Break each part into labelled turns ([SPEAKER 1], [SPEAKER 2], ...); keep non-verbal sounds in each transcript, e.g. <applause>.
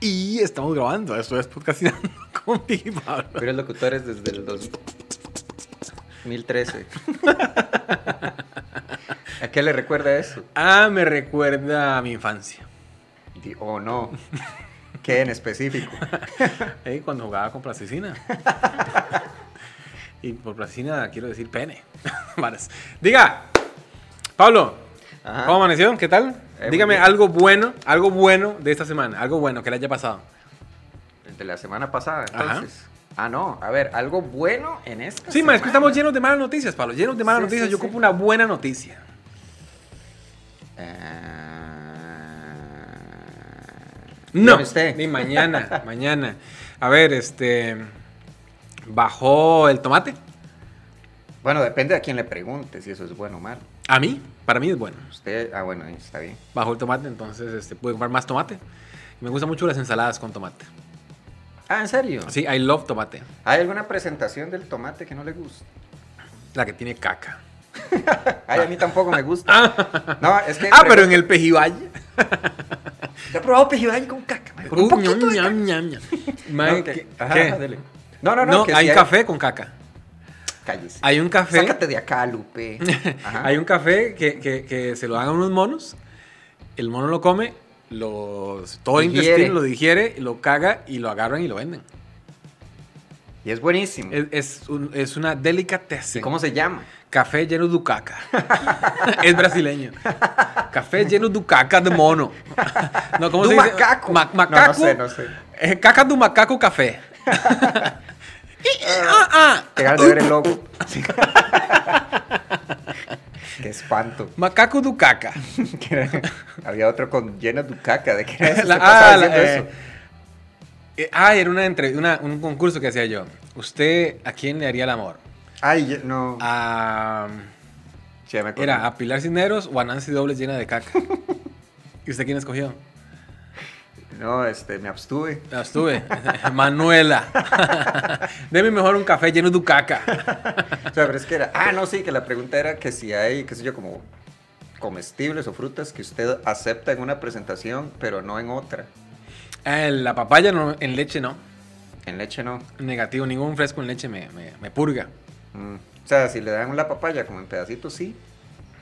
[SPEAKER 1] Y estamos grabando, esto es podcastinando <laughs> con Vicky Pablo.
[SPEAKER 2] Pero locutores desde el 2013. ¿A qué le recuerda eso?
[SPEAKER 1] Ah, me recuerda a mi infancia.
[SPEAKER 2] Di- Oh, no. ¿Qué en específico?
[SPEAKER 1] Eh, cuando jugaba con <laughs> plasticina. y por plasticina quiero decir pene. <laughs> Varas. Diga, Pablo,
[SPEAKER 2] Ajá.
[SPEAKER 1] ¿cómo amaneció? ¿Qué tal?
[SPEAKER 2] Eh, muy
[SPEAKER 1] Dígame
[SPEAKER 2] bien.
[SPEAKER 1] algo bueno, algo bueno de esta semana, algo bueno que le haya pasado.
[SPEAKER 2] El de la semana pasada,
[SPEAKER 1] Ajá.
[SPEAKER 2] entonces. Ah, no. A ver, algo bueno en esta
[SPEAKER 1] Sí, ma, es que estamos
[SPEAKER 2] semana?
[SPEAKER 1] llenos de malas noticias, Pablo, llenos de malas
[SPEAKER 2] Sí,
[SPEAKER 1] noticias.
[SPEAKER 2] sí,
[SPEAKER 1] Yo
[SPEAKER 2] sí.
[SPEAKER 1] ocupo una buena noticia.
[SPEAKER 2] Eh, Ah,
[SPEAKER 1] No,
[SPEAKER 2] dígame usted.
[SPEAKER 1] ni mañana, <laughs> mañana. A ver, este, bajó el tomate.
[SPEAKER 2] Bueno, depende de a quién le pregunte si eso es bueno o malo.
[SPEAKER 1] A mí, para mí es bueno.
[SPEAKER 2] Usted, ah, bueno, está bien.
[SPEAKER 1] Bajó el tomate, entonces este, pude comprar más tomate. Me gustan mucho las ensaladas con tomate.
[SPEAKER 2] Ah, ¿en serio?
[SPEAKER 1] Sí, I love tomate.
[SPEAKER 2] ¿Hay alguna presentación del tomate que no le gusta?
[SPEAKER 1] La que tiene caca.
[SPEAKER 2] Ay, a mí tampoco me gusta. No, es que.
[SPEAKER 1] <laughs> Ah, pero en el pejibay.
[SPEAKER 2] Yo he probado pejibay con caca, mae,
[SPEAKER 1] Uh,
[SPEAKER 2] con un poquito de caca.
[SPEAKER 1] Mae,
[SPEAKER 2] No, que-
[SPEAKER 1] ¿qué?
[SPEAKER 2] ajá,
[SPEAKER 1] ¿Qué?
[SPEAKER 2] dele. No, no, no.
[SPEAKER 1] No,
[SPEAKER 2] que
[SPEAKER 1] hay
[SPEAKER 2] si
[SPEAKER 1] un café con caca.
[SPEAKER 2] Cállese.
[SPEAKER 1] Hay un café. <laughs>
[SPEAKER 2] Sácate de acá, Lupe. Ajá.
[SPEAKER 1] Hay un café que, que- que se lo dan a unos monos. El mono lo come, los, todo el
[SPEAKER 2] Digiere.
[SPEAKER 1] intestino lo digiere, lo caga y lo agarran y lo venden.
[SPEAKER 2] Y es buenísimo.
[SPEAKER 1] Es, es un- es una delicatessen.
[SPEAKER 2] ¿Cómo se
[SPEAKER 1] <laughs>
[SPEAKER 2] llama?
[SPEAKER 1] Café lleno de caca. <laughs> es brasileño. Café lleno de caca de mono. No, ¿cómo
[SPEAKER 2] Du
[SPEAKER 1] se dice?
[SPEAKER 2] macaco.
[SPEAKER 1] Ma-
[SPEAKER 2] No, no
[SPEAKER 1] macaco.
[SPEAKER 2] sé, no sé.
[SPEAKER 1] Eh, caca de macaco
[SPEAKER 2] <laughs>
[SPEAKER 1] café. Y- ah, ah.
[SPEAKER 2] Dejar de ver el logo. Sí. <laughs> Qué espanto. <laughs>
[SPEAKER 1] Macaco du caca.
[SPEAKER 2] Que era- Había otro con llena de caca. ¿De qué era eso?
[SPEAKER 1] <laughs> La-
[SPEAKER 2] Se pasaba
[SPEAKER 1] ah, la-
[SPEAKER 2] diciendo
[SPEAKER 1] eh,
[SPEAKER 2] eso.
[SPEAKER 1] eh, ah, era una entre- una- un concurso que hacía yo. ¿Usted a quién le haría el amor?
[SPEAKER 2] Ay, yo- no.
[SPEAKER 1] A,
[SPEAKER 2] Sí, ya me acordé.
[SPEAKER 1] Ah, era a Pilar Cisneros o a Nancy Dobles llena de
[SPEAKER 2] <laughs>
[SPEAKER 1] caca. ¿Y usted quién escogió?
[SPEAKER 2] No, este, me abstuve.
[SPEAKER 1] La estuve. <laughs> Manuela. <laughs> Deme mejor un café lleno de caca.
[SPEAKER 2] O sea, pero es que era. Ah, no, sí, que la pregunta era que si hay, qué sé yo, como comestibles o frutas que usted acepta en una presentación, pero no en otra.
[SPEAKER 1] Eh, la papaya no, en leche no.
[SPEAKER 2] En leche no.
[SPEAKER 1] Negativo, ningún fresco en leche me, me- me purga.
[SPEAKER 2] Mm. O sea, si le dan la papaya como en pedacitos, sí.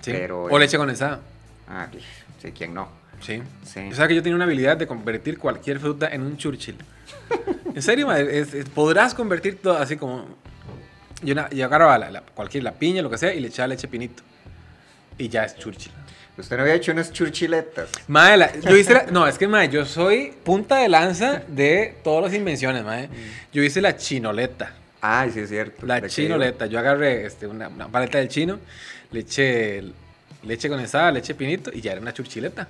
[SPEAKER 1] ¿sí?
[SPEAKER 2] Pero,
[SPEAKER 1] o
[SPEAKER 2] eh,
[SPEAKER 1] leche condensada.
[SPEAKER 2] Ah, que- sí, ¿quién no?
[SPEAKER 1] Sí.
[SPEAKER 2] Sí.
[SPEAKER 1] O sea que yo tenía una habilidad de convertir cualquier fruta en un
[SPEAKER 2] <laughs>
[SPEAKER 1] Churchill. En serio, madre, es- es- podrás convertir todo así como. Yo, na- yo agarraba la, la- cualquier, la piña, lo que sea, y le echaba leche pinito. Y ya es Churchill.
[SPEAKER 2] Usted no había hecho unas churchiletas.
[SPEAKER 1] Madre, la- yo hice la- No, es que, madre, yo soy punta de lanza de todas las invenciones, madre. Yo hice la chinoleta.
[SPEAKER 2] Ay, Ah, sí, es cierto.
[SPEAKER 1] La
[SPEAKER 2] ¿De qué
[SPEAKER 1] chinoleta. Yo agarré este, una, una paleta del chino, le eché leche condensada, leche pinito y ya era una churchileta.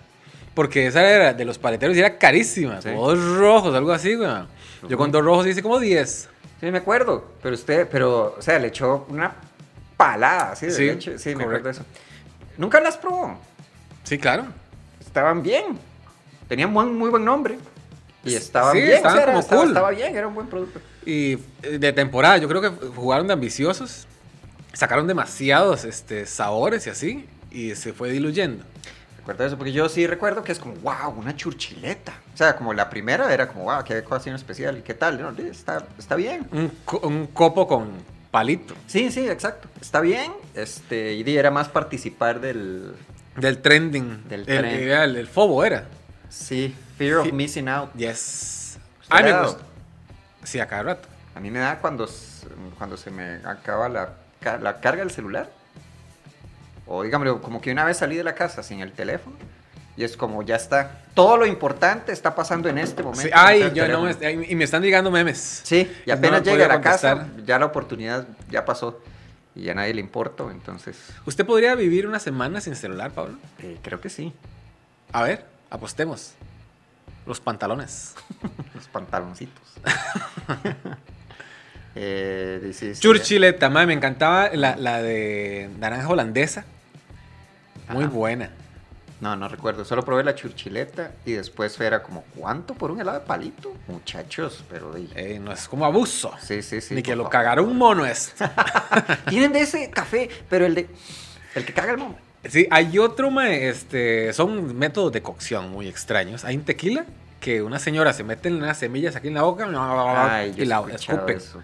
[SPEAKER 1] Porque esa era de los paleteros y era carísima.
[SPEAKER 2] Sí.
[SPEAKER 1] Como dos rojos, algo así, güey. Yo con dos rojos hice como 10.
[SPEAKER 2] iba? Sí, me acuerdo. Pero usted, pero, o sea, le echó una palada así de
[SPEAKER 1] Sí,
[SPEAKER 2] leche. Sí, me acuerdo de
[SPEAKER 1] correcto.
[SPEAKER 2] eso. Nunca las probó.
[SPEAKER 1] Sí, claro.
[SPEAKER 2] estaban bien. Tenían buen- muy buen nombre. Y estaban
[SPEAKER 1] Sí,
[SPEAKER 2] bien. o
[SPEAKER 1] estaban
[SPEAKER 2] sea, era-
[SPEAKER 1] como
[SPEAKER 2] estaba,
[SPEAKER 1] cool.
[SPEAKER 2] estaba bien, era un buen producto.
[SPEAKER 1] Y eh, de temporada, yo creo que jugaron de ambiciosos. Sacaron demasiados este, sabores y así. Y se fue diluyendo.
[SPEAKER 2] Recuerdo eso, porque yo sí recuerdo que es como, wow, una churchileta. O sea, como la primera era como, wow, qué cosa especial y qué tal. No, está, está bien.
[SPEAKER 1] Un, co- un copo con palito.
[SPEAKER 2] Sí, sí, exacto. Está bien. Este, y di, era más participar del.
[SPEAKER 1] Del trending.
[SPEAKER 2] Del
[SPEAKER 1] el,
[SPEAKER 2] trend.
[SPEAKER 1] era el- el fobo era.
[SPEAKER 2] Sí, fear of
[SPEAKER 1] Sí.
[SPEAKER 2] missing out.
[SPEAKER 1] Yes.
[SPEAKER 2] ¿Usted
[SPEAKER 1] Ay,
[SPEAKER 2] le
[SPEAKER 1] Ah, me
[SPEAKER 2] ha dado?
[SPEAKER 1] gusta. Sí, a cada rato.
[SPEAKER 2] A mí me da cuando, s- cuando se me acaba la, ca- la carga del celular. O dígame, como que una vez salí de la casa sin el teléfono. Y es como, ya está. Todo lo importante está pasando en este momento.
[SPEAKER 1] Sí, ay,
[SPEAKER 2] Entonces,
[SPEAKER 1] yo
[SPEAKER 2] el
[SPEAKER 1] no me,
[SPEAKER 2] teléfono-
[SPEAKER 1] ay, y me están llegando memes.
[SPEAKER 2] Sí, y
[SPEAKER 1] no
[SPEAKER 2] apenas
[SPEAKER 1] he
[SPEAKER 2] llega a la
[SPEAKER 1] podido
[SPEAKER 2] casa,
[SPEAKER 1] contestar.
[SPEAKER 2] ya la oportunidad ya pasó. Y ya a nadie le importo, entonces
[SPEAKER 1] ¿Usted podría vivir una semana sin celular, Pablo?
[SPEAKER 2] eh, creo que sí.
[SPEAKER 1] A ver, apostemos. Los pantalones.
[SPEAKER 2] Los
[SPEAKER 1] <laughs>
[SPEAKER 2] pantaloncitos. eh, dice, este,
[SPEAKER 1] Churchileta, madre, me encantaba la, la de naranja holandesa. Muy
[SPEAKER 2] Ajá.
[SPEAKER 1] buena.
[SPEAKER 2] No, no recuerdo. Solo probé la churchileta y después era como, ¿cuánto por un helado de palito? Muchachos, pero dije.
[SPEAKER 1] Eh, no es como abuso.
[SPEAKER 2] Sí, sí, sí.
[SPEAKER 1] Ni que
[SPEAKER 2] por
[SPEAKER 1] lo
[SPEAKER 2] favor.
[SPEAKER 1] cagara un mono este. es.
[SPEAKER 2] Tienen de ese café, pero el de. El que caga el mono.
[SPEAKER 1] Sí, hay otro, mae, este, son métodos de cocción muy extraños. Hay un tequila que una señora se mete en unas semillas aquí en la boca
[SPEAKER 2] Ay, yo
[SPEAKER 1] Ah, y la
[SPEAKER 2] he escuchado
[SPEAKER 1] escupe. Eh.
[SPEAKER 2] eso.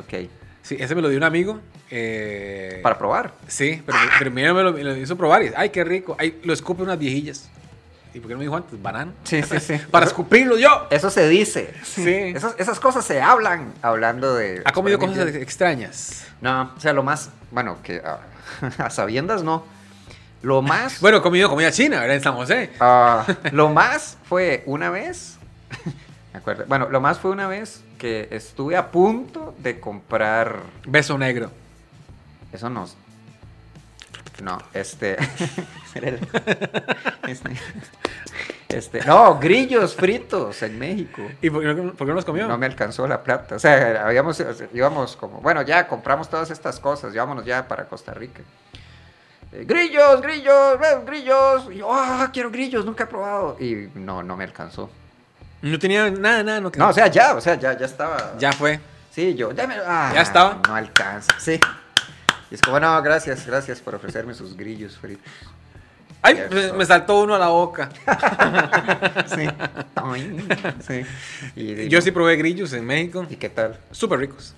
[SPEAKER 2] Ok.
[SPEAKER 1] Sí, ese me lo dio un amigo. eh,
[SPEAKER 2] Para probar.
[SPEAKER 1] Sí, pero primero me lo, me lo hizo probar. y, Ay, qué rico. Ay, lo escupe unas viejillas. ¿Y por qué no me dijo antes? Banano.
[SPEAKER 2] Sí, sí, <laughs> sí.
[SPEAKER 1] Para escupirlo yo.
[SPEAKER 2] Eso se dice.
[SPEAKER 1] Sí.
[SPEAKER 2] Esas, esas cosas se hablan hablando de...
[SPEAKER 1] Ha comido cosas
[SPEAKER 2] experimentos.
[SPEAKER 1] extrañas.
[SPEAKER 2] No, o sea, lo más... Bueno, que ah, <laughs> a sabiendas no. Lo más...
[SPEAKER 1] Bueno, he comido comida china, ¿verdad? En San José.
[SPEAKER 2] Ah, <laughs> lo más fue una vez. <laughs> Me acuerdo. Bueno, lo más fue una vez que estuve a punto de comprar.
[SPEAKER 1] Beso negro.
[SPEAKER 2] Eso no. No, este. <laughs> este. No, grillos fritos en México.
[SPEAKER 1] ¿Y por qué no, por qué no los comió?
[SPEAKER 2] No me alcanzó la plata. O sea, habíamos, o sea, íbamos como, bueno, ya compramos todas estas cosas, vámonos ya para Costa Rica. Eh, grillos, grillos, eh, grillos. Y yo, ah, quiero grillos, nunca he probado. Y no, no me alcanzó.
[SPEAKER 1] No tenía nada, nada. No,
[SPEAKER 2] No, o sea, ya, o sea, ya, ya estaba.
[SPEAKER 1] ya fue.
[SPEAKER 2] Sí, yo, dámelo. Ah,
[SPEAKER 1] Ya estaba.
[SPEAKER 2] No alcanza, sí. Y es como, no, gracias, gracias por ofrecerme sus grillos fritos.
[SPEAKER 1] Ay,
[SPEAKER 2] Ya
[SPEAKER 1] pues,
[SPEAKER 2] está.
[SPEAKER 1] me saltó uno a la boca.
[SPEAKER 2] <laughs> Sí. Ay, sí. Y, y-
[SPEAKER 1] Yo sí probé grillos en México.
[SPEAKER 2] ¿Y qué tal?
[SPEAKER 1] Súper ricos.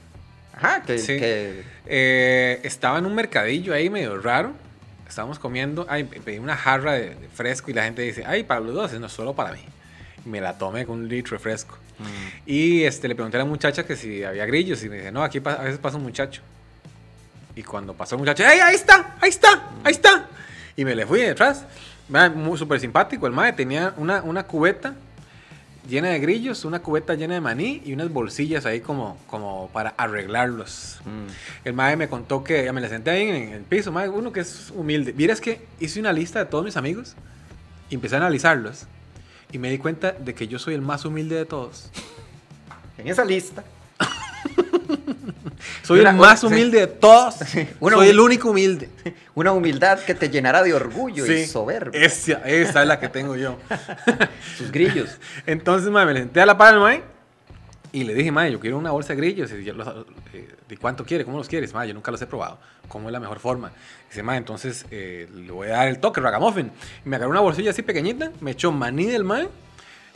[SPEAKER 2] Ajá, que.
[SPEAKER 1] Sí.
[SPEAKER 2] que-
[SPEAKER 1] Eh, estaba en un mercadillo ahí medio raro. Estábamos comiendo. Ay, pe- pedí una jarra de, de fresco y la gente dice, ay, para los dos, no solo para mí. Y Me la tomé con un litro de fresco.
[SPEAKER 2] Mm.
[SPEAKER 1] Y este, le pregunté a la muchacha que si había grillos y me dice, no, aquí pa- a veces pasa un muchacho. Y cuando pasó el muchacho, ¡ay, ahí está! ¡Ahí está! ¡Ahí está! Y me le fui detrás. Ma, mu- Súper simpático el mae. Tenía una, una cubeta llena de grillos, una cubeta llena de maní y unas bolsillas ahí como, como para arreglarlos.
[SPEAKER 2] Mm.
[SPEAKER 1] El mae me contó que ya me le senté ahí en el piso, mae, uno que es humilde. Vieras que hice una lista de todos mis amigos y empecé a analizarlos y me di cuenta de que yo soy el más humilde de todos.
[SPEAKER 2] En esa lista.
[SPEAKER 1] Soy
[SPEAKER 2] Mira,
[SPEAKER 1] el más
[SPEAKER 2] sí.
[SPEAKER 1] humilde de todos.
[SPEAKER 2] uno
[SPEAKER 1] soy
[SPEAKER 2] humilde.
[SPEAKER 1] el único humilde.
[SPEAKER 2] Una humildad que te llenará de orgullo y
[SPEAKER 1] Sí,
[SPEAKER 2] soberbia.
[SPEAKER 1] Esa, esa es la que tengo yo.
[SPEAKER 2] Sus grillos.
[SPEAKER 1] <laughs> Entonces, mae, me le senté a la par del mae y le dije, mae, yo quiero una bolsa de grillos. Y yo los- eh, ¿De cuánto quiere? ¿Cómo los quieres? Mae, yo nunca los he probado. ¿Cómo es la mejor forma? Dice, mae, entonces eh, le voy a dar el toque, ragamuffin. Y me agarró una bolsilla así pequeñita, me echó maní del mae,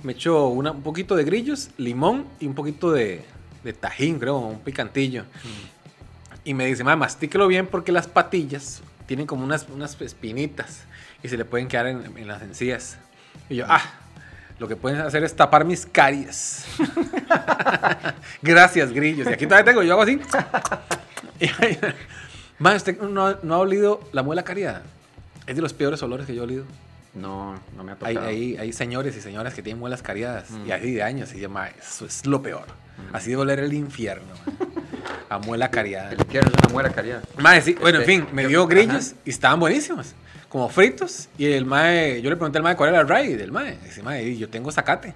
[SPEAKER 1] me echó una- un poquito de grillos, limón y un poquito de, de tajín, creo, un picantillo. Y me dice, mae, mastíquelo bien porque las patillas tienen como unas, unas espinitas y se le pueden quedar en, en las encías. Y yo, ah, lo que pueden hacer es tapar mis caries. <laughs> Gracias, grillos. Y aquí todavía tengo, yo hago así. <laughs> Y ahí- Mae, ¿usted no, no ha olido la muela cariada? Es de los peores olores que yo he olido.
[SPEAKER 2] No, no me ha
[SPEAKER 1] Hay,
[SPEAKER 2] tocado.
[SPEAKER 1] hay- hay señores y señoras que tienen muelas cariadas
[SPEAKER 2] Mm.
[SPEAKER 1] y así de años. Y yo, mae, eso es lo peor. Así debe oler el infierno, mae. A muela cariada.
[SPEAKER 2] El infierno es una muera caridad.
[SPEAKER 1] Mae, sí, bueno, en
[SPEAKER 2] Este,
[SPEAKER 1] fin, me
[SPEAKER 2] yo-
[SPEAKER 1] dio grillos
[SPEAKER 2] ajá.
[SPEAKER 1] y estaban buenísimos. Como fritos. Y el mae, yo le pregunté al mae cuál era el ride del mae. Dice, mae, yo tengo zacate.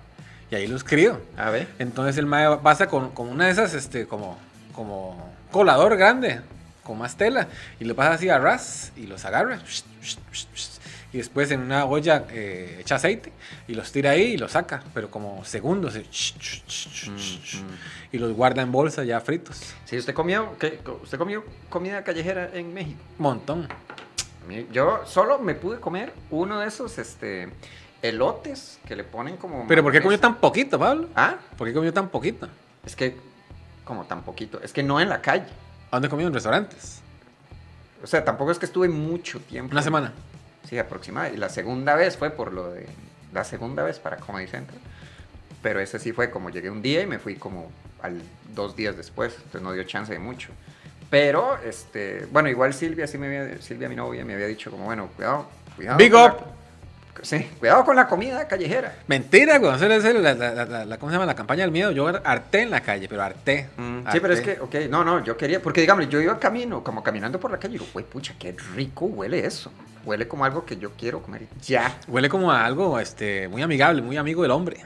[SPEAKER 1] Y ahí los crío.
[SPEAKER 2] A ver.
[SPEAKER 1] Entonces el mae pasa con, con una de esas, este, como, como colador grande, con más tela. Y lo pasa así a ras y los agarra. Y después en una olla eh, echa aceite y los tira ahí y los saca. Pero como segundos. eh,
[SPEAKER 2] Mm, mm.
[SPEAKER 1] Y los guarda en bolsa ya fritos.
[SPEAKER 2] Sí, usted comió, ¿qué? ¿Usted comió comida callejera en México?
[SPEAKER 1] Montón.
[SPEAKER 2] A mí- Yo solo me pude comer uno de esos este, elotes que le ponen como...
[SPEAKER 1] ¿Pero por qué comió
[SPEAKER 2] mayonesa.
[SPEAKER 1] tan poquito, Pablo?
[SPEAKER 2] Ah,
[SPEAKER 1] ¿Por qué comió tan poquito?
[SPEAKER 2] es que como tan poquito. Es que no en la calle.
[SPEAKER 1] ¿A dónde comió? En restaurantes.
[SPEAKER 2] O sea, tampoco es que estuve mucho tiempo.
[SPEAKER 1] Una semana.
[SPEAKER 2] Sí, aproximadamente. Y la segunda vez fue por lo de... La segunda vez para Comedy Central. Pero ese sí fue como llegué un día y me fui como al dos días después. Entonces no dio chance de mucho. Pero, este... Bueno, igual Silvia, sí me había, Silvia, mi novia, me había dicho como, bueno, cuidado, cuidado.
[SPEAKER 1] Big
[SPEAKER 2] con
[SPEAKER 1] up.
[SPEAKER 2] la- sí, cuidado con la comida callejera.
[SPEAKER 1] Mentira, güey. Hacer- hacer la, la- la- la- la- ¿Cómo se llama? La campaña del miedo. Yo harté en la calle, pero harté.
[SPEAKER 2] Mm, sí,
[SPEAKER 1] harté.
[SPEAKER 2] pero es que, ok, no, no, yo quería, porque digamos, yo iba camino, como caminando por la calle, y digo, güey, pucha, qué rico huele eso. Huele como algo que yo quiero comer ya.
[SPEAKER 1] Huele como a algo este, muy amigable, muy amigo del hombre.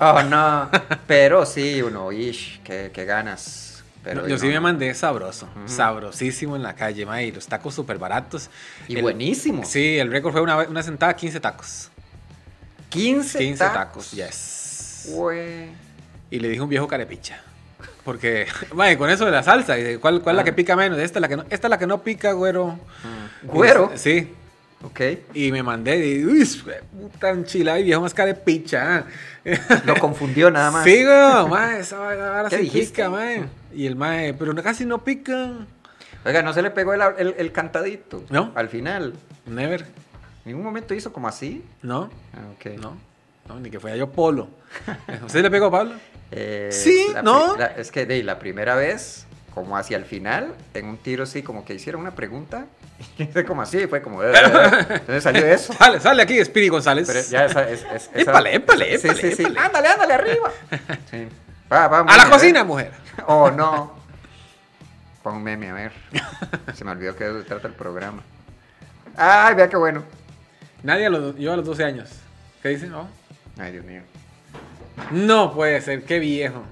[SPEAKER 2] Oh, no. Pero sí, uno, ish, qué, qué ganas. Pero
[SPEAKER 1] No,
[SPEAKER 2] y
[SPEAKER 1] yo sí
[SPEAKER 2] no,
[SPEAKER 1] me
[SPEAKER 2] no. Mm.
[SPEAKER 1] mandé sabroso.
[SPEAKER 2] Ujú.
[SPEAKER 1] Sabrosísimo en la calle, ma. Y los tacos súper baratos.
[SPEAKER 2] Y
[SPEAKER 1] El-
[SPEAKER 2] buenísimo.
[SPEAKER 1] Sí, el récord fue una, vez- una sentada 15 tacos.
[SPEAKER 2] 15,
[SPEAKER 1] 15
[SPEAKER 2] tacos.
[SPEAKER 1] tacos, yes.
[SPEAKER 2] Güey.
[SPEAKER 1] Y le dije un viejo carepicha. Porque, <laughs> mae, con eso de la salsa, y de, ¿cuál, cuál es la
[SPEAKER 2] Ah.
[SPEAKER 1] que pica menos? Esta Ah. es la que no, esta es la que no pica, güero.
[SPEAKER 2] Güero.
[SPEAKER 1] Sí.
[SPEAKER 2] Ok.
[SPEAKER 1] Y me mandé y uy, sue- puta enchilada y viejo más cara de picha. ah.
[SPEAKER 2] Lo confundió nada más.
[SPEAKER 1] Sí, güey, mae, esa vara vara
[SPEAKER 2] ¿Qué
[SPEAKER 1] sí
[SPEAKER 2] dijiste?
[SPEAKER 1] pica, mae. Y el mae, pero no- casi no pica.
[SPEAKER 2] Oiga, no se le pegó el, el- el cantadito.
[SPEAKER 1] No.
[SPEAKER 2] Al final.
[SPEAKER 1] Never.
[SPEAKER 2] En ningún momento hizo como así.
[SPEAKER 1] No,
[SPEAKER 2] Ah, ok.
[SPEAKER 1] no, no, ni que fuera yo
[SPEAKER 2] <laughs>
[SPEAKER 1] polo. ¿Usted le pegó a Pablo?
[SPEAKER 2] Eh,
[SPEAKER 1] Sí,
[SPEAKER 2] la
[SPEAKER 1] ¿no?
[SPEAKER 2] pri- la- es que de la primera vez, como hacia el final, en un tiro sí, como que hicieron una pregunta. <laughs> Y fue como así, fue como. "Eh, eh". Entonces salió eso.
[SPEAKER 1] Sale, sale aquí Spiri González.
[SPEAKER 2] Pero ya esa, es, es- esa-
[SPEAKER 1] Pues, Épale, épale,
[SPEAKER 2] sí,
[SPEAKER 1] épale,
[SPEAKER 2] sí, sí.
[SPEAKER 1] épale.
[SPEAKER 2] Ándale, ándale, arriba. <laughs> Sí. Va, va,
[SPEAKER 1] a la
[SPEAKER 2] meme,
[SPEAKER 1] cocina,
[SPEAKER 2] ver.
[SPEAKER 1] mujer.
[SPEAKER 2] <laughs> Oh, no. Pon un meme, a ver. Se me olvidó que de eso se trata el programa. Ay, vea qué bueno.
[SPEAKER 1] Nadie a los, yo a los 12 años. ¿Qué dicen? No.
[SPEAKER 2] Ay, Dios mío.
[SPEAKER 1] No puede ser, qué viejo.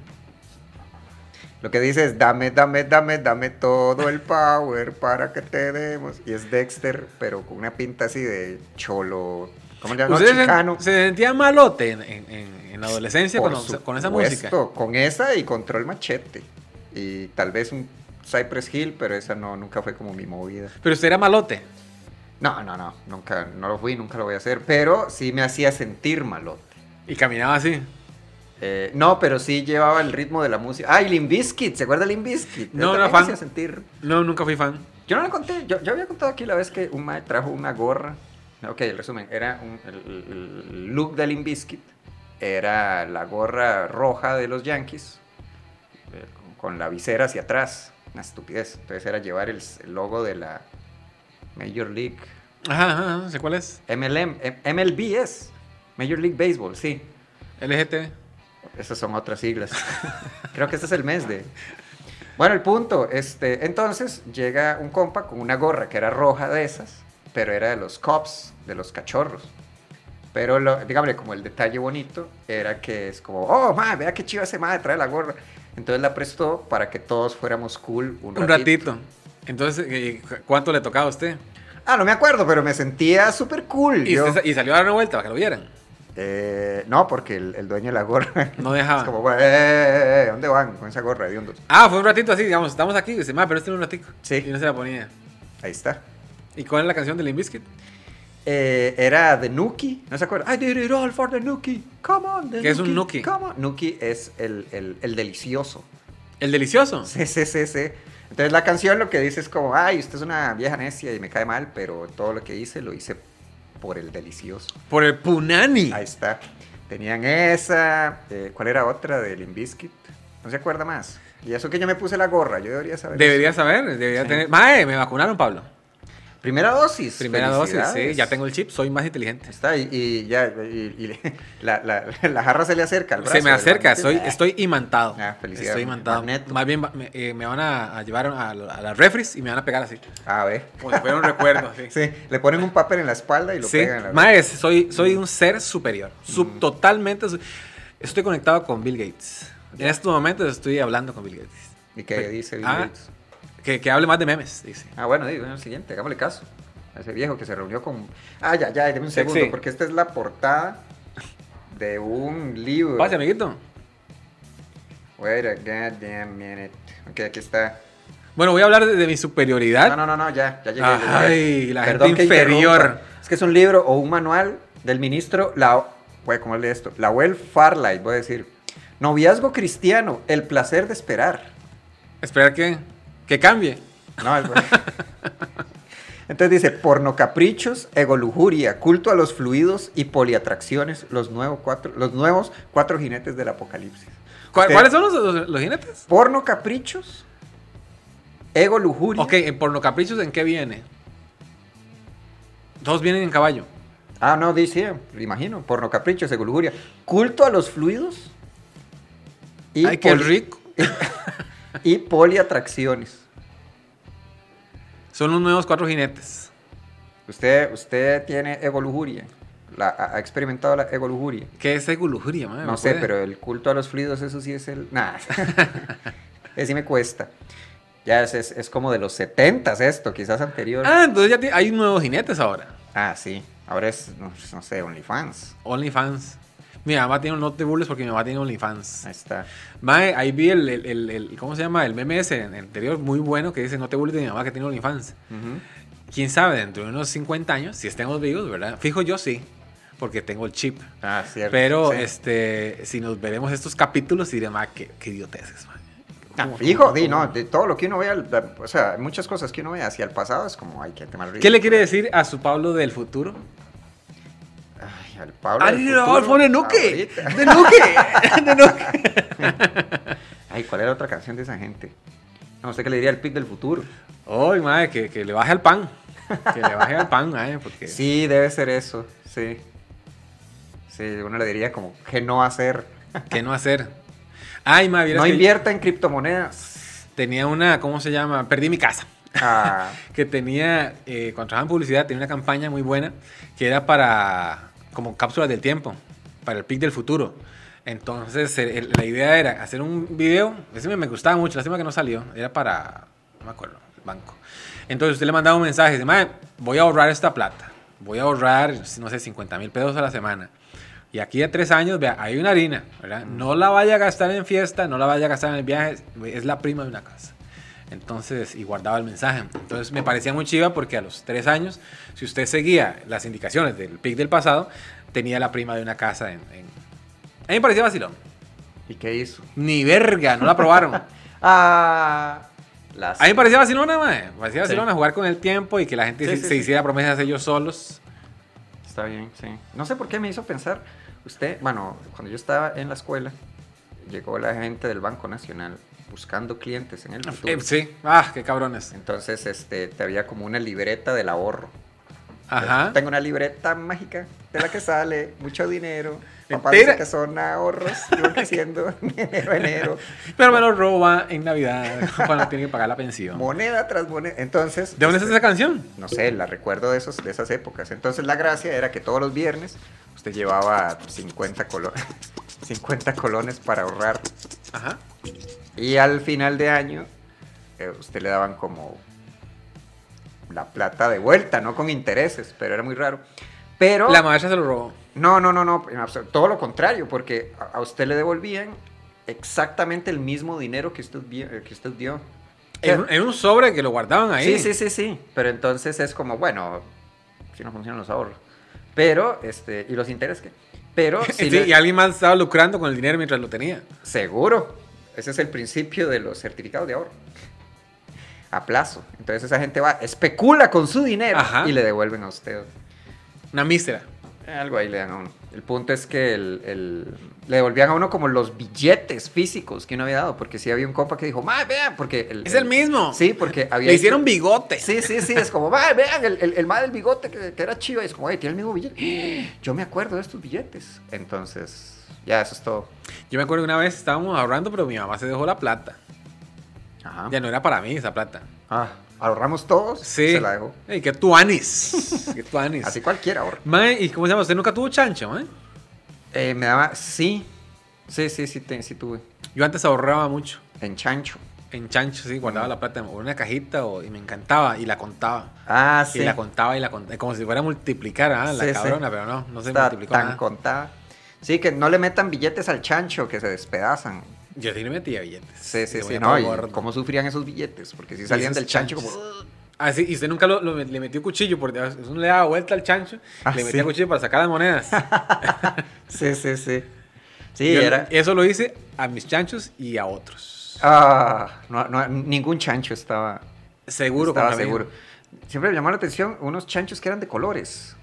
[SPEAKER 2] Lo que dice es, dame, dame, dame, dame todo el power para que te demos. Y es Dexter, pero con una pinta así de cholo, ¿cómo le llaman? No,
[SPEAKER 1] ¿Usted se-
[SPEAKER 2] chicano.
[SPEAKER 1] se, sentía malote en, en- en- en la adolescencia
[SPEAKER 2] Por
[SPEAKER 1] cuando- con esa música?
[SPEAKER 2] supuesto, Con esa y Control Machete. Y tal vez un Cypress Hill, pero esa no, nunca fue como mi movida.
[SPEAKER 1] Pero usted era malote.
[SPEAKER 2] No, no, no, nunca, no lo fui, nunca lo voy a hacer, pero sí me hacía sentir malote.
[SPEAKER 1] Y caminaba así.
[SPEAKER 2] Eh, no, pero sí llevaba el ritmo de la música. Ah, y Limbiskit, ¿se acuerda de Limbiskit?
[SPEAKER 1] No, no,
[SPEAKER 2] me
[SPEAKER 1] fan.
[SPEAKER 2] hacía sentir
[SPEAKER 1] No, nunca fui fan.
[SPEAKER 2] Yo no le conté, yo, yo había contado aquí la vez que un mae trajo una gorra. Ok, el resumen, era un, el, el- el look de Limp Bizkit, era la gorra roja de los Yankees, eh, con, con la visera hacia atrás, una estupidez. Entonces era llevar el, s- el logo de la Major League,
[SPEAKER 1] Ajá, ajá, no sé cuál es.
[SPEAKER 2] MLM, M- MLB es, Major League Baseball, sí.
[SPEAKER 1] LGT.
[SPEAKER 2] Esas son otras siglas. Creo que este es el mes de. Bueno, el punto, este, entonces llega un compa con una gorra que era roja de esas, pero era de los cops, de los cachorros. Pero, lo, dígame, como el detalle bonito era que es como, oh, ma, vea qué chiva ese madre trae la gorra. Entonces la prestó para que todos fuéramos cool un,
[SPEAKER 1] Un ratito. Entonces, ¿y cu- ¿cuánto le tocaba a usted?
[SPEAKER 2] Ah, no me acuerdo, pero me sentía súper cool.
[SPEAKER 1] Y,
[SPEAKER 2] yo.
[SPEAKER 1] usted sa- y salió a dar una vuelta para que lo vieran.
[SPEAKER 2] Eh, no, porque el, el dueño de la gorra
[SPEAKER 1] No
[SPEAKER 2] <laughs> es
[SPEAKER 1] dejaba.
[SPEAKER 2] como, "Eh, eh, eh, ¿dónde van con esa gorra de hondos?
[SPEAKER 1] Ah, fue un ratito así, digamos, estamos aquí. Y dice, ma, pero este no es un ratito.
[SPEAKER 2] Sí.
[SPEAKER 1] Y no se la ponía.
[SPEAKER 2] Ahí está.
[SPEAKER 1] ¿Y cuál es la canción de Limbiskit?
[SPEAKER 2] Eh, era de Nuki, ¿no se acuerdan? I did it all for the Nuki, come on, the
[SPEAKER 1] ¿Qué es un Nuki?
[SPEAKER 2] come on. Nuki es el, el- el delicioso. <laughs>
[SPEAKER 1] El delicioso.
[SPEAKER 2] Sí, sí, sí, sí. Entonces la canción lo que dice es como, ay, usted es una vieja necia y me cae mal, pero todo lo que hice lo hice por el delicioso.
[SPEAKER 1] Por el Punani.
[SPEAKER 2] Ahí está. Tenían esa, eh, ¿cuál era otra de Limbiskit? No se acuerda más. Y eso que yo me puse la gorra, yo debería saber.
[SPEAKER 1] Debería saber, debería
[SPEAKER 2] Sí.
[SPEAKER 1] tener. Mae, me vacunaron, Pablo.
[SPEAKER 2] Primera dosis.
[SPEAKER 1] Primera dosis, sí.
[SPEAKER 2] felicidades.
[SPEAKER 1] Ya tengo el chip, soy más inteligente.
[SPEAKER 2] Está, y, y ya, y, y le- <laughs> la, la- la jarra se le acerca al brazo.
[SPEAKER 1] Se me
[SPEAKER 2] del
[SPEAKER 1] acerca, soy,
[SPEAKER 2] magnetismo.
[SPEAKER 1] estoy imantado.
[SPEAKER 2] Ah, felicidades,
[SPEAKER 1] Estoy imantado.
[SPEAKER 2] magneto.
[SPEAKER 1] Más bien va- me, eh, me van a, a llevar a, la- a las refres y me van a pegar así.
[SPEAKER 2] Ah, ve.
[SPEAKER 1] Como si fuera un recuerdo. Sí.
[SPEAKER 2] <laughs> Sí, le ponen un papel en la espalda y lo
[SPEAKER 1] Sí,
[SPEAKER 2] pegan en la Mm.
[SPEAKER 1] Maes, soy, soy un ser superior. Sub, Totalmente. su- estoy conectado con Bill Gates. En estos momentos estoy hablando con Bill Gates.
[SPEAKER 2] ¿Y qué dice Bill
[SPEAKER 1] Ah.
[SPEAKER 2] Gates?
[SPEAKER 1] Que, que hable más de memes, dice.
[SPEAKER 2] Ah, bueno, digo, el siguiente, hagámosle caso. A ese viejo que se reunió con. Ah, ya, ya, deme un
[SPEAKER 1] Sexy.
[SPEAKER 2] segundo, porque esta es la portada de un libro.
[SPEAKER 1] Pase, amiguito.
[SPEAKER 2] Wait a goddamn minute. Ok, aquí está.
[SPEAKER 1] Bueno, voy a hablar de, de mi superioridad.
[SPEAKER 2] No, no, no, no, ya, ya llegué. ya llegué.
[SPEAKER 1] Ay, la
[SPEAKER 2] Perdón
[SPEAKER 1] gente
[SPEAKER 2] que
[SPEAKER 1] inferior.
[SPEAKER 2] interrumpa. Es que es un libro o un manual del ministro La... Güey, ¿cómo lee esto? Lawel Farlight, voy a decir. Noviazgo cristiano, el placer de esperar.
[SPEAKER 1] Esperar que, que cambie.
[SPEAKER 2] No, el-
[SPEAKER 1] <laughs>
[SPEAKER 2] Entonces dice, porno caprichos, ego lujuria, culto a los fluidos y poliatracciones, los, nuevos cuatro, los nuevos cuatro jinetes del apocalipsis.
[SPEAKER 1] ¿Cuál-
[SPEAKER 2] Ok.
[SPEAKER 1] ¿Cuáles son los, los, los jinetes?
[SPEAKER 2] Porno caprichos, ego lujuria.
[SPEAKER 1] Ok, en porno caprichos, ¿en qué viene? Dos vienen en caballo.
[SPEAKER 2] Ah, no, dice, imagino, porno caprichos, ego lujuria, culto a los fluidos y,
[SPEAKER 1] Ay, qué
[SPEAKER 2] poli-
[SPEAKER 1] rico.
[SPEAKER 2] <laughs> y poliatracciones.
[SPEAKER 1] Son los nuevos cuatro jinetes.
[SPEAKER 2] Usted, usted tiene ego lujuria, la- ha ha experimentado la ego lujuria.
[SPEAKER 1] ¿Qué es ego lujuria, madre?
[SPEAKER 2] No
[SPEAKER 1] ¿Me
[SPEAKER 2] sé,
[SPEAKER 1] puede?
[SPEAKER 2] pero el culto a los fluidos, eso sí es el.
[SPEAKER 1] <laughs>
[SPEAKER 2] Nada. Ese sí me cuesta. Ya es, es, es como de los 70 esto, quizás anterior. Ah,
[SPEAKER 1] Ah, entonces ya ti- hay nuevos jinetes ahora.
[SPEAKER 2] sí. Ahora es, no, no sé, OnlyFans.
[SPEAKER 1] OnlyFans. Mi mamá tiene un no te burles porque mi mamá tiene OnlyFans.
[SPEAKER 2] Ahí está.
[SPEAKER 1] Mae, ahí vi el, el- el- el- ¿cómo se llama? El meme ese en- anterior muy bueno que dice no te burles de mi mamá que tiene OnlyFans.
[SPEAKER 2] Ujú.
[SPEAKER 1] quién sabe, dentro de unos 50 años, si estemos vivos, ¿verdad? Fijo yo sí, porque tengo el chip.
[SPEAKER 2] Ah, cierto.
[SPEAKER 1] Pero
[SPEAKER 2] sí.
[SPEAKER 1] este, si nos veremos estos capítulos, diré, ma, qué, qué idioteces, ma.
[SPEAKER 2] Ah,
[SPEAKER 1] ¿Cómo-
[SPEAKER 2] fijo,
[SPEAKER 1] cómo-
[SPEAKER 2] di, no,
[SPEAKER 1] cómo-
[SPEAKER 2] de todo lo que uno vea, la- o sea, muchas cosas que uno ve hacia el pasado es como, ay, qué tema
[SPEAKER 1] ¿Qué le quiere decir a su Pablo del futuro? Ah,
[SPEAKER 2] Ay, al Pablo. del
[SPEAKER 1] ¡Ari Rodolfo
[SPEAKER 2] futuro,
[SPEAKER 1] de Nuque!
[SPEAKER 2] ahorita.
[SPEAKER 1] ¡De
[SPEAKER 2] <laughs>
[SPEAKER 1] Nuque! ¡De Nuque!
[SPEAKER 2] Ay, ¿cuál era la otra canción de esa gente? No sé qué le diría el pic del futuro.
[SPEAKER 1] ¡Ay, madre! Que, que le baje al pan. Que le baje al pan, madre, porque...
[SPEAKER 2] Sí, debe ser eso, sí. Sí, uno le diría como, ¿qué no hacer?
[SPEAKER 1] ¿Qué no hacer? ¡Ay, madre! vieras
[SPEAKER 2] No
[SPEAKER 1] que
[SPEAKER 2] invierta en
[SPEAKER 1] <laughs>
[SPEAKER 2] criptomonedas.
[SPEAKER 1] Tenía una, ¿cómo se llama? Perdí mi casa.
[SPEAKER 2] Ah,
[SPEAKER 1] que tenía, eh, cuando trabajaba en publicidad, tenía una campaña muy buena que era para, como cápsulas del tiempo, para el pic del futuro. Entonces, eh, el- la idea era hacer un video, ese me, me gustaba mucho, lástima que no salió, era para, no me acuerdo, el banco. Entonces, usted le mandaba un mensaje, dice, "Mae, voy a ahorrar esta plata, voy a ahorrar, no sé, 50 mil pesos a la semana. Y aquí a tres años, vea, hay una harina, ¿verdad? No la vaya a gastar en fiesta, no la vaya a gastar en el viaje, es la prima de una casa. Entonces, y guardaba el mensaje. Entonces me parecía muy chiva porque a los tres años, si usted seguía las indicaciones del pic del pasado, tenía la prima de una casa en... en- A mí me parecía vacilón.
[SPEAKER 2] ¿y qué hizo?
[SPEAKER 1] Ni verga, no la
[SPEAKER 2] <laughs>
[SPEAKER 1] probaron. A
[SPEAKER 2] Ah, las...
[SPEAKER 1] mí me parecía vacilona, mae. Me parecía
[SPEAKER 2] Sí.
[SPEAKER 1] vacilona jugar con el tiempo y que la gente
[SPEAKER 2] Sí,
[SPEAKER 1] se,
[SPEAKER 2] sí,
[SPEAKER 1] se
[SPEAKER 2] sí.
[SPEAKER 1] hiciera promesas ellos solos.
[SPEAKER 2] Está bien, sí. No sé por qué me hizo pensar. Usted, bueno, cuando yo estaba en la escuela, llegó la gente del Banco Nacional buscando clientes en el futuro.
[SPEAKER 1] Eh, sí. Ah, qué cabrones.
[SPEAKER 2] Entonces, este, te había como una libreta del ahorro.
[SPEAKER 1] Ajá.
[SPEAKER 2] Tengo una libreta mágica de la que sale mucho dinero. Papá
[SPEAKER 1] Mentira.
[SPEAKER 2] dice que son ahorros, yo
[SPEAKER 1] <laughs>
[SPEAKER 2] creciendo de enero a enero,
[SPEAKER 1] Pero me lo roba en Navidad <laughs> cuando tiene que pagar la pensión.
[SPEAKER 2] moneda tras moneda. Entonces,
[SPEAKER 1] ¿De dónde es esa canción?
[SPEAKER 2] no sé, la recuerdo de, esos, de esas épocas. Entonces la gracia era que todos los viernes usted llevaba 50 <laughs> colones, 50 colones para ahorrar.
[SPEAKER 1] Ajá.
[SPEAKER 2] Y al final de año, eh, usted le daban como la plata de vuelta, no con intereses, pero era muy raro. Pero...
[SPEAKER 1] La maestra se lo robó.
[SPEAKER 2] No, no, no, no, en absol- todo lo contrario, porque a a usted le devolvían exactamente el mismo dinero que usted, vi- eh, que usted dio. Eh,
[SPEAKER 1] En, en un sobre que lo guardaban ahí.
[SPEAKER 2] Sí, sí, sí, sí. Pero entonces es como, bueno, si no funcionan los ahorros. Pero, este, ¿y los intereses qué?
[SPEAKER 1] <laughs>
[SPEAKER 2] Pero, si
[SPEAKER 1] Sí,
[SPEAKER 2] le-
[SPEAKER 1] Y alguien más estaba lucrando con el dinero mientras lo tenía.
[SPEAKER 2] seguro, ese es el principio de los certificados de ahorro. A plazo. Entonces esa gente va, especula con su dinero
[SPEAKER 1] Ajá.
[SPEAKER 2] y le devuelven a usted.
[SPEAKER 1] Una mísera.
[SPEAKER 2] Algo ahí le dan a uno. El punto es que el, el- le devolvían a uno como los billetes físicos que uno había dado, porque sí había un compa que dijo, ¡Mae, vean! Porque
[SPEAKER 1] Es el mismo.
[SPEAKER 2] Sí, porque había...
[SPEAKER 1] Le hicieron
[SPEAKER 2] bigote.
[SPEAKER 1] bigote.
[SPEAKER 2] Sí, sí, sí, es como, ¡Mae, vean! El, el, el mae del bigote que, que era chido, y es como, ¡Ay, tiene el mismo billete! ¡Ah! Yo me acuerdo de estos billetes. Entonces, ya, eso es todo.
[SPEAKER 1] Yo me acuerdo que una vez estábamos ahorrando, pero mi mamá se dejó la plata.
[SPEAKER 2] Ajá.
[SPEAKER 1] Ya no era para mí esa plata.
[SPEAKER 2] Ah, ahorramos todos,
[SPEAKER 1] Sí.
[SPEAKER 2] se la dejó.
[SPEAKER 1] Ey, qué
[SPEAKER 2] <laughs>
[SPEAKER 1] tuanis. qué tuanis.
[SPEAKER 2] Así cualquiera ahorra.
[SPEAKER 1] Mae, ¿y cómo se llama? ¿Usted nunca tuvo chancho, mae?
[SPEAKER 2] Eh, me daba, sí, sí, sí, sí, te- sí tuve.
[SPEAKER 1] Yo antes ahorraba mucho.
[SPEAKER 2] En chancho.
[SPEAKER 1] En chancho, sí,
[SPEAKER 2] Mm.
[SPEAKER 1] guardaba la plata en una cajita o- y me encantaba y la contaba.
[SPEAKER 2] Ah,
[SPEAKER 1] Y la contaba y la contaba. Como si fuera a multiplicar, ah, la
[SPEAKER 2] Sí, sí.
[SPEAKER 1] cabrona, pero no, no se
[SPEAKER 2] Está
[SPEAKER 1] multiplicó
[SPEAKER 2] tan
[SPEAKER 1] nada.
[SPEAKER 2] contada. Sí, que no le metan billetes al chancho, que se despedazan.
[SPEAKER 1] Yo sí le metía billetes.
[SPEAKER 2] Sí, sí,
[SPEAKER 1] Le
[SPEAKER 2] sí.
[SPEAKER 1] ponía
[SPEAKER 2] No,
[SPEAKER 1] todo
[SPEAKER 2] y
[SPEAKER 1] gordo.
[SPEAKER 2] cómo sufrían esos billetes, porque si
[SPEAKER 1] Y
[SPEAKER 2] salían
[SPEAKER 1] esos
[SPEAKER 2] del chancho como...
[SPEAKER 1] chanchos. Ah, sí, y usted nunca lo, lo- le metió cuchillo, porque a veces uno le daba vuelta al chancho,
[SPEAKER 2] Ah,
[SPEAKER 1] le metía
[SPEAKER 2] sí.
[SPEAKER 1] cuchillo para sacar las monedas.
[SPEAKER 2] Sí, sí, sí. <laughs> Sí,
[SPEAKER 1] Yo
[SPEAKER 2] era...
[SPEAKER 1] Eso lo hice a mis chanchos y a otros.
[SPEAKER 2] Ah, no, no, ningún chancho estaba...
[SPEAKER 1] Seguro,
[SPEAKER 2] estaba
[SPEAKER 1] Juan Camilo.
[SPEAKER 2] seguro. Siempre me llamó la atención unos chanchos que eran de colores.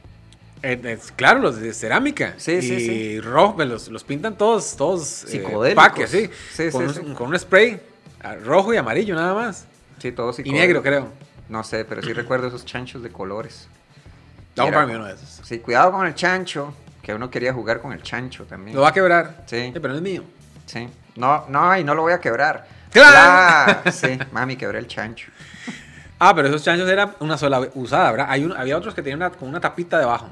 [SPEAKER 1] Eh, eh, claro, los de cerámica.
[SPEAKER 2] Sí, sí,
[SPEAKER 1] y
[SPEAKER 2] sí.
[SPEAKER 1] rojo, me los, los pintan todos, todos eh,
[SPEAKER 2] Psicodélicos.
[SPEAKER 1] paques, sí.
[SPEAKER 2] Sí,
[SPEAKER 1] con,
[SPEAKER 2] sí,
[SPEAKER 1] un,
[SPEAKER 2] sí.
[SPEAKER 1] con un spray ah, rojo y amarillo nada más.
[SPEAKER 2] Sí, todos
[SPEAKER 1] Y negro,
[SPEAKER 2] psicodélicos.
[SPEAKER 1] creo.
[SPEAKER 2] No sé, pero sí recuerdo esos chanchos de colores.
[SPEAKER 1] Voy a
[SPEAKER 2] Era-
[SPEAKER 1] comprarme uno de esos.
[SPEAKER 2] Sí, cuidado con el chancho, que uno quería jugar con el chancho también.
[SPEAKER 1] Lo va a quebrar.
[SPEAKER 2] Sí.
[SPEAKER 1] Eh, pero no es mío.
[SPEAKER 2] Sí. No, no, y no lo voy a quebrar.
[SPEAKER 1] ¡Claro!
[SPEAKER 2] ¡Claro! Sí, mami, quebré el chancho.
[SPEAKER 1] Ah, pero esos chanchos eran una sola ve- usada, ¿verdad? Hay un- había otros que tenían una, con una tapita debajo.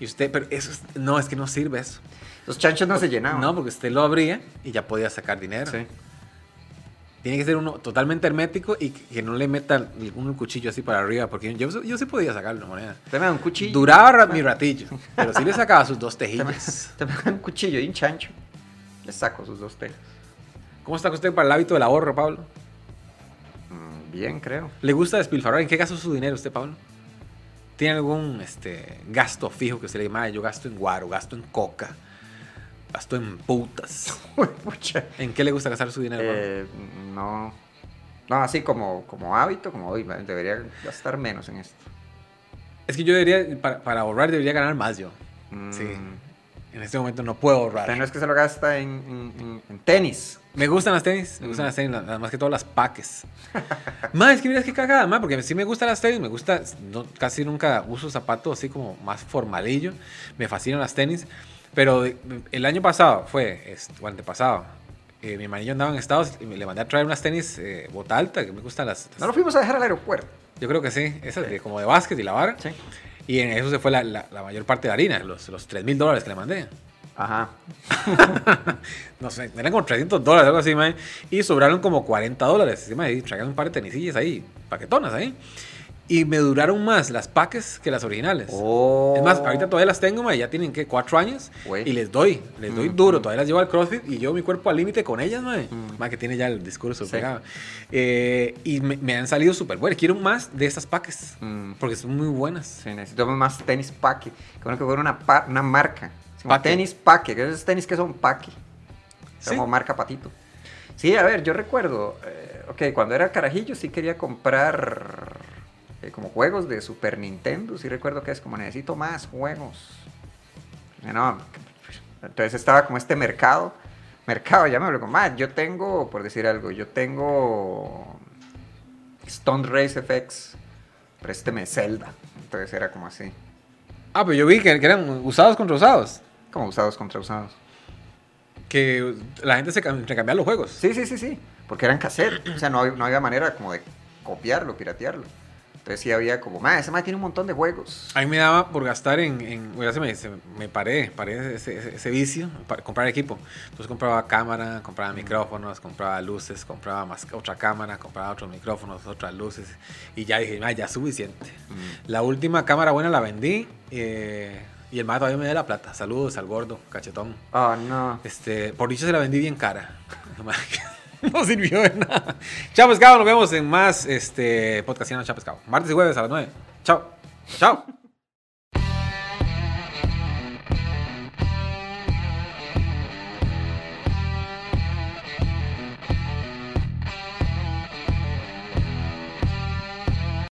[SPEAKER 1] Y usted, pero eso es- no, es que no sirve eso.
[SPEAKER 2] Los chanchos no se llenaban.
[SPEAKER 1] No, porque usted lo abría y ya podía sacar dinero.
[SPEAKER 2] Sí.
[SPEAKER 1] Tiene que ser uno totalmente hermético y que que no le metan un cuchillo así para arriba, porque yo, yo sí podía sacarlo, moneda.
[SPEAKER 2] Usted me da un cuchillo.
[SPEAKER 1] Duraba ra- mi ratillo, pero sí le sacaba sus dos
[SPEAKER 2] Usted me,
[SPEAKER 1] tejillas.
[SPEAKER 2] usted me da un cuchillo y un chancho. Le saco sus dos tejas.
[SPEAKER 1] ¿Cómo está usted para el hábito del ahorro, Pablo?
[SPEAKER 2] Mm, bien, creo. <laughs>
[SPEAKER 1] ¿Le gusta despilfarrar? ¿En qué caso su dinero usted, Pablo? ¿Tiene algún este, gasto fijo que usted le diga, "Mae, yo gasto en guaro, gasto en coca, gasto en putas?
[SPEAKER 2] Pucha.
[SPEAKER 1] ¿En qué le gusta gastar su dinero? mae?
[SPEAKER 2] Eh, no. No, así como, como hábito, como hoy, debería gastar menos en esto.
[SPEAKER 1] Es que yo debería, para, para ahorrar, debería ganar más yo.
[SPEAKER 2] Mm.
[SPEAKER 1] Sí. En este momento no puedo ahorrar.
[SPEAKER 2] Usted no es que se lo gasta en, en- en- en tenis.
[SPEAKER 1] Me gustan las tenis, me gustan las tenis, las- más que todas las
[SPEAKER 2] <laughs>
[SPEAKER 1] paques. más es que mira, es que cagada, más porque sí me gustan las tenis, me gusta, no- casi nunca uso zapatos así como más formalillo, me fascinan las tenis, pero de- el año pasado fue, es- o antepasado, eh, mi hermanillo andaba en Estados y me le mandé a traer unas tenis eh, bota alta, que me gustan las,
[SPEAKER 2] No lo fuimos a dejar al aeropuerto.
[SPEAKER 1] yo creo que sí, esas de, como de básquet y la vara,
[SPEAKER 2] Sí.
[SPEAKER 1] y en eso se fue la, la- la mayor parte de la harina, los, los 3 mil dólares que le mandé.
[SPEAKER 2] Ajá.
[SPEAKER 1] no sé, eran como 300 dólares, algo así, mae, y sobraron como 40 dólares. Sí, mae, y trajeron un par de tenisillas ahí, paquetonas ahí. Y me duraron más las paques que las originales.
[SPEAKER 2] Oh.
[SPEAKER 1] Es más, ahorita todavía las tengo, mae, ya tienen que 4 años.
[SPEAKER 2] Güey.
[SPEAKER 1] Y les doy, les doy
[SPEAKER 2] Mm,
[SPEAKER 1] duro.
[SPEAKER 2] mm.
[SPEAKER 1] Todavía las llevo al CrossFit y yo mi cuerpo al límite con ellas, mae.
[SPEAKER 2] Mm.
[SPEAKER 1] Mae, que tiene ya el discurso
[SPEAKER 2] Sí.
[SPEAKER 1] pegado. Eh, y me, me han salido súper buenas. Quiero más de estas paques
[SPEAKER 2] Mm.
[SPEAKER 1] porque son muy buenas.
[SPEAKER 2] Sí, necesitamos más tenis paque. Que bueno que fuera una, pa- una marca. Es como
[SPEAKER 1] Paque.
[SPEAKER 2] Tenis paque. Que esos tenis que son paque.
[SPEAKER 1] Sí.
[SPEAKER 2] Como marca patito. Sí, a ver, yo recuerdo. eh, ok, cuando era carajillo sí quería comprar eh, como juegos de Super Nintendo. Sí recuerdo que es como necesito más juegos. Eh, no, entonces estaba como este mercado. Mercado, ya me habló con más. Yo tengo, por decir algo, yo tengo Stone Race FX. Présteme Zelda. Entonces era como así.
[SPEAKER 1] Ah, pero yo vi que, que eran usados contra usados.
[SPEAKER 2] Como usados contra usados.
[SPEAKER 1] Que la gente se cam- intercambiaba los juegos.
[SPEAKER 2] Sí, sí, sí, sí. Porque eran cassette. O sea, no, hab- no había manera como de copiarlo, piratearlo. Entonces sí había como, ma, ese ma tiene un montón de juegos.
[SPEAKER 1] A mí me daba por gastar en. en- ya se me, se me paré, paré ese, ese- ese vicio, para comprar equipo. Entonces compraba cámara, compraba micrófonos, compraba luces, compraba más, otra cámara, compraba otros micrófonos, otras luces. Y ya dije, "Ma, ya es suficiente.
[SPEAKER 2] Mm.
[SPEAKER 1] La última cámara buena la vendí eh, y el mato todavía me da la plata. Saludos al gordo, cachetón.
[SPEAKER 2] Oh, no.
[SPEAKER 1] Este, por dicho se la vendí bien cara. <laughs> No sirvió de nada. Chao, pescado. Nos vemos en más este, podcast. Chao, pescado. Martes y jueves a las 9. Chao. Chao.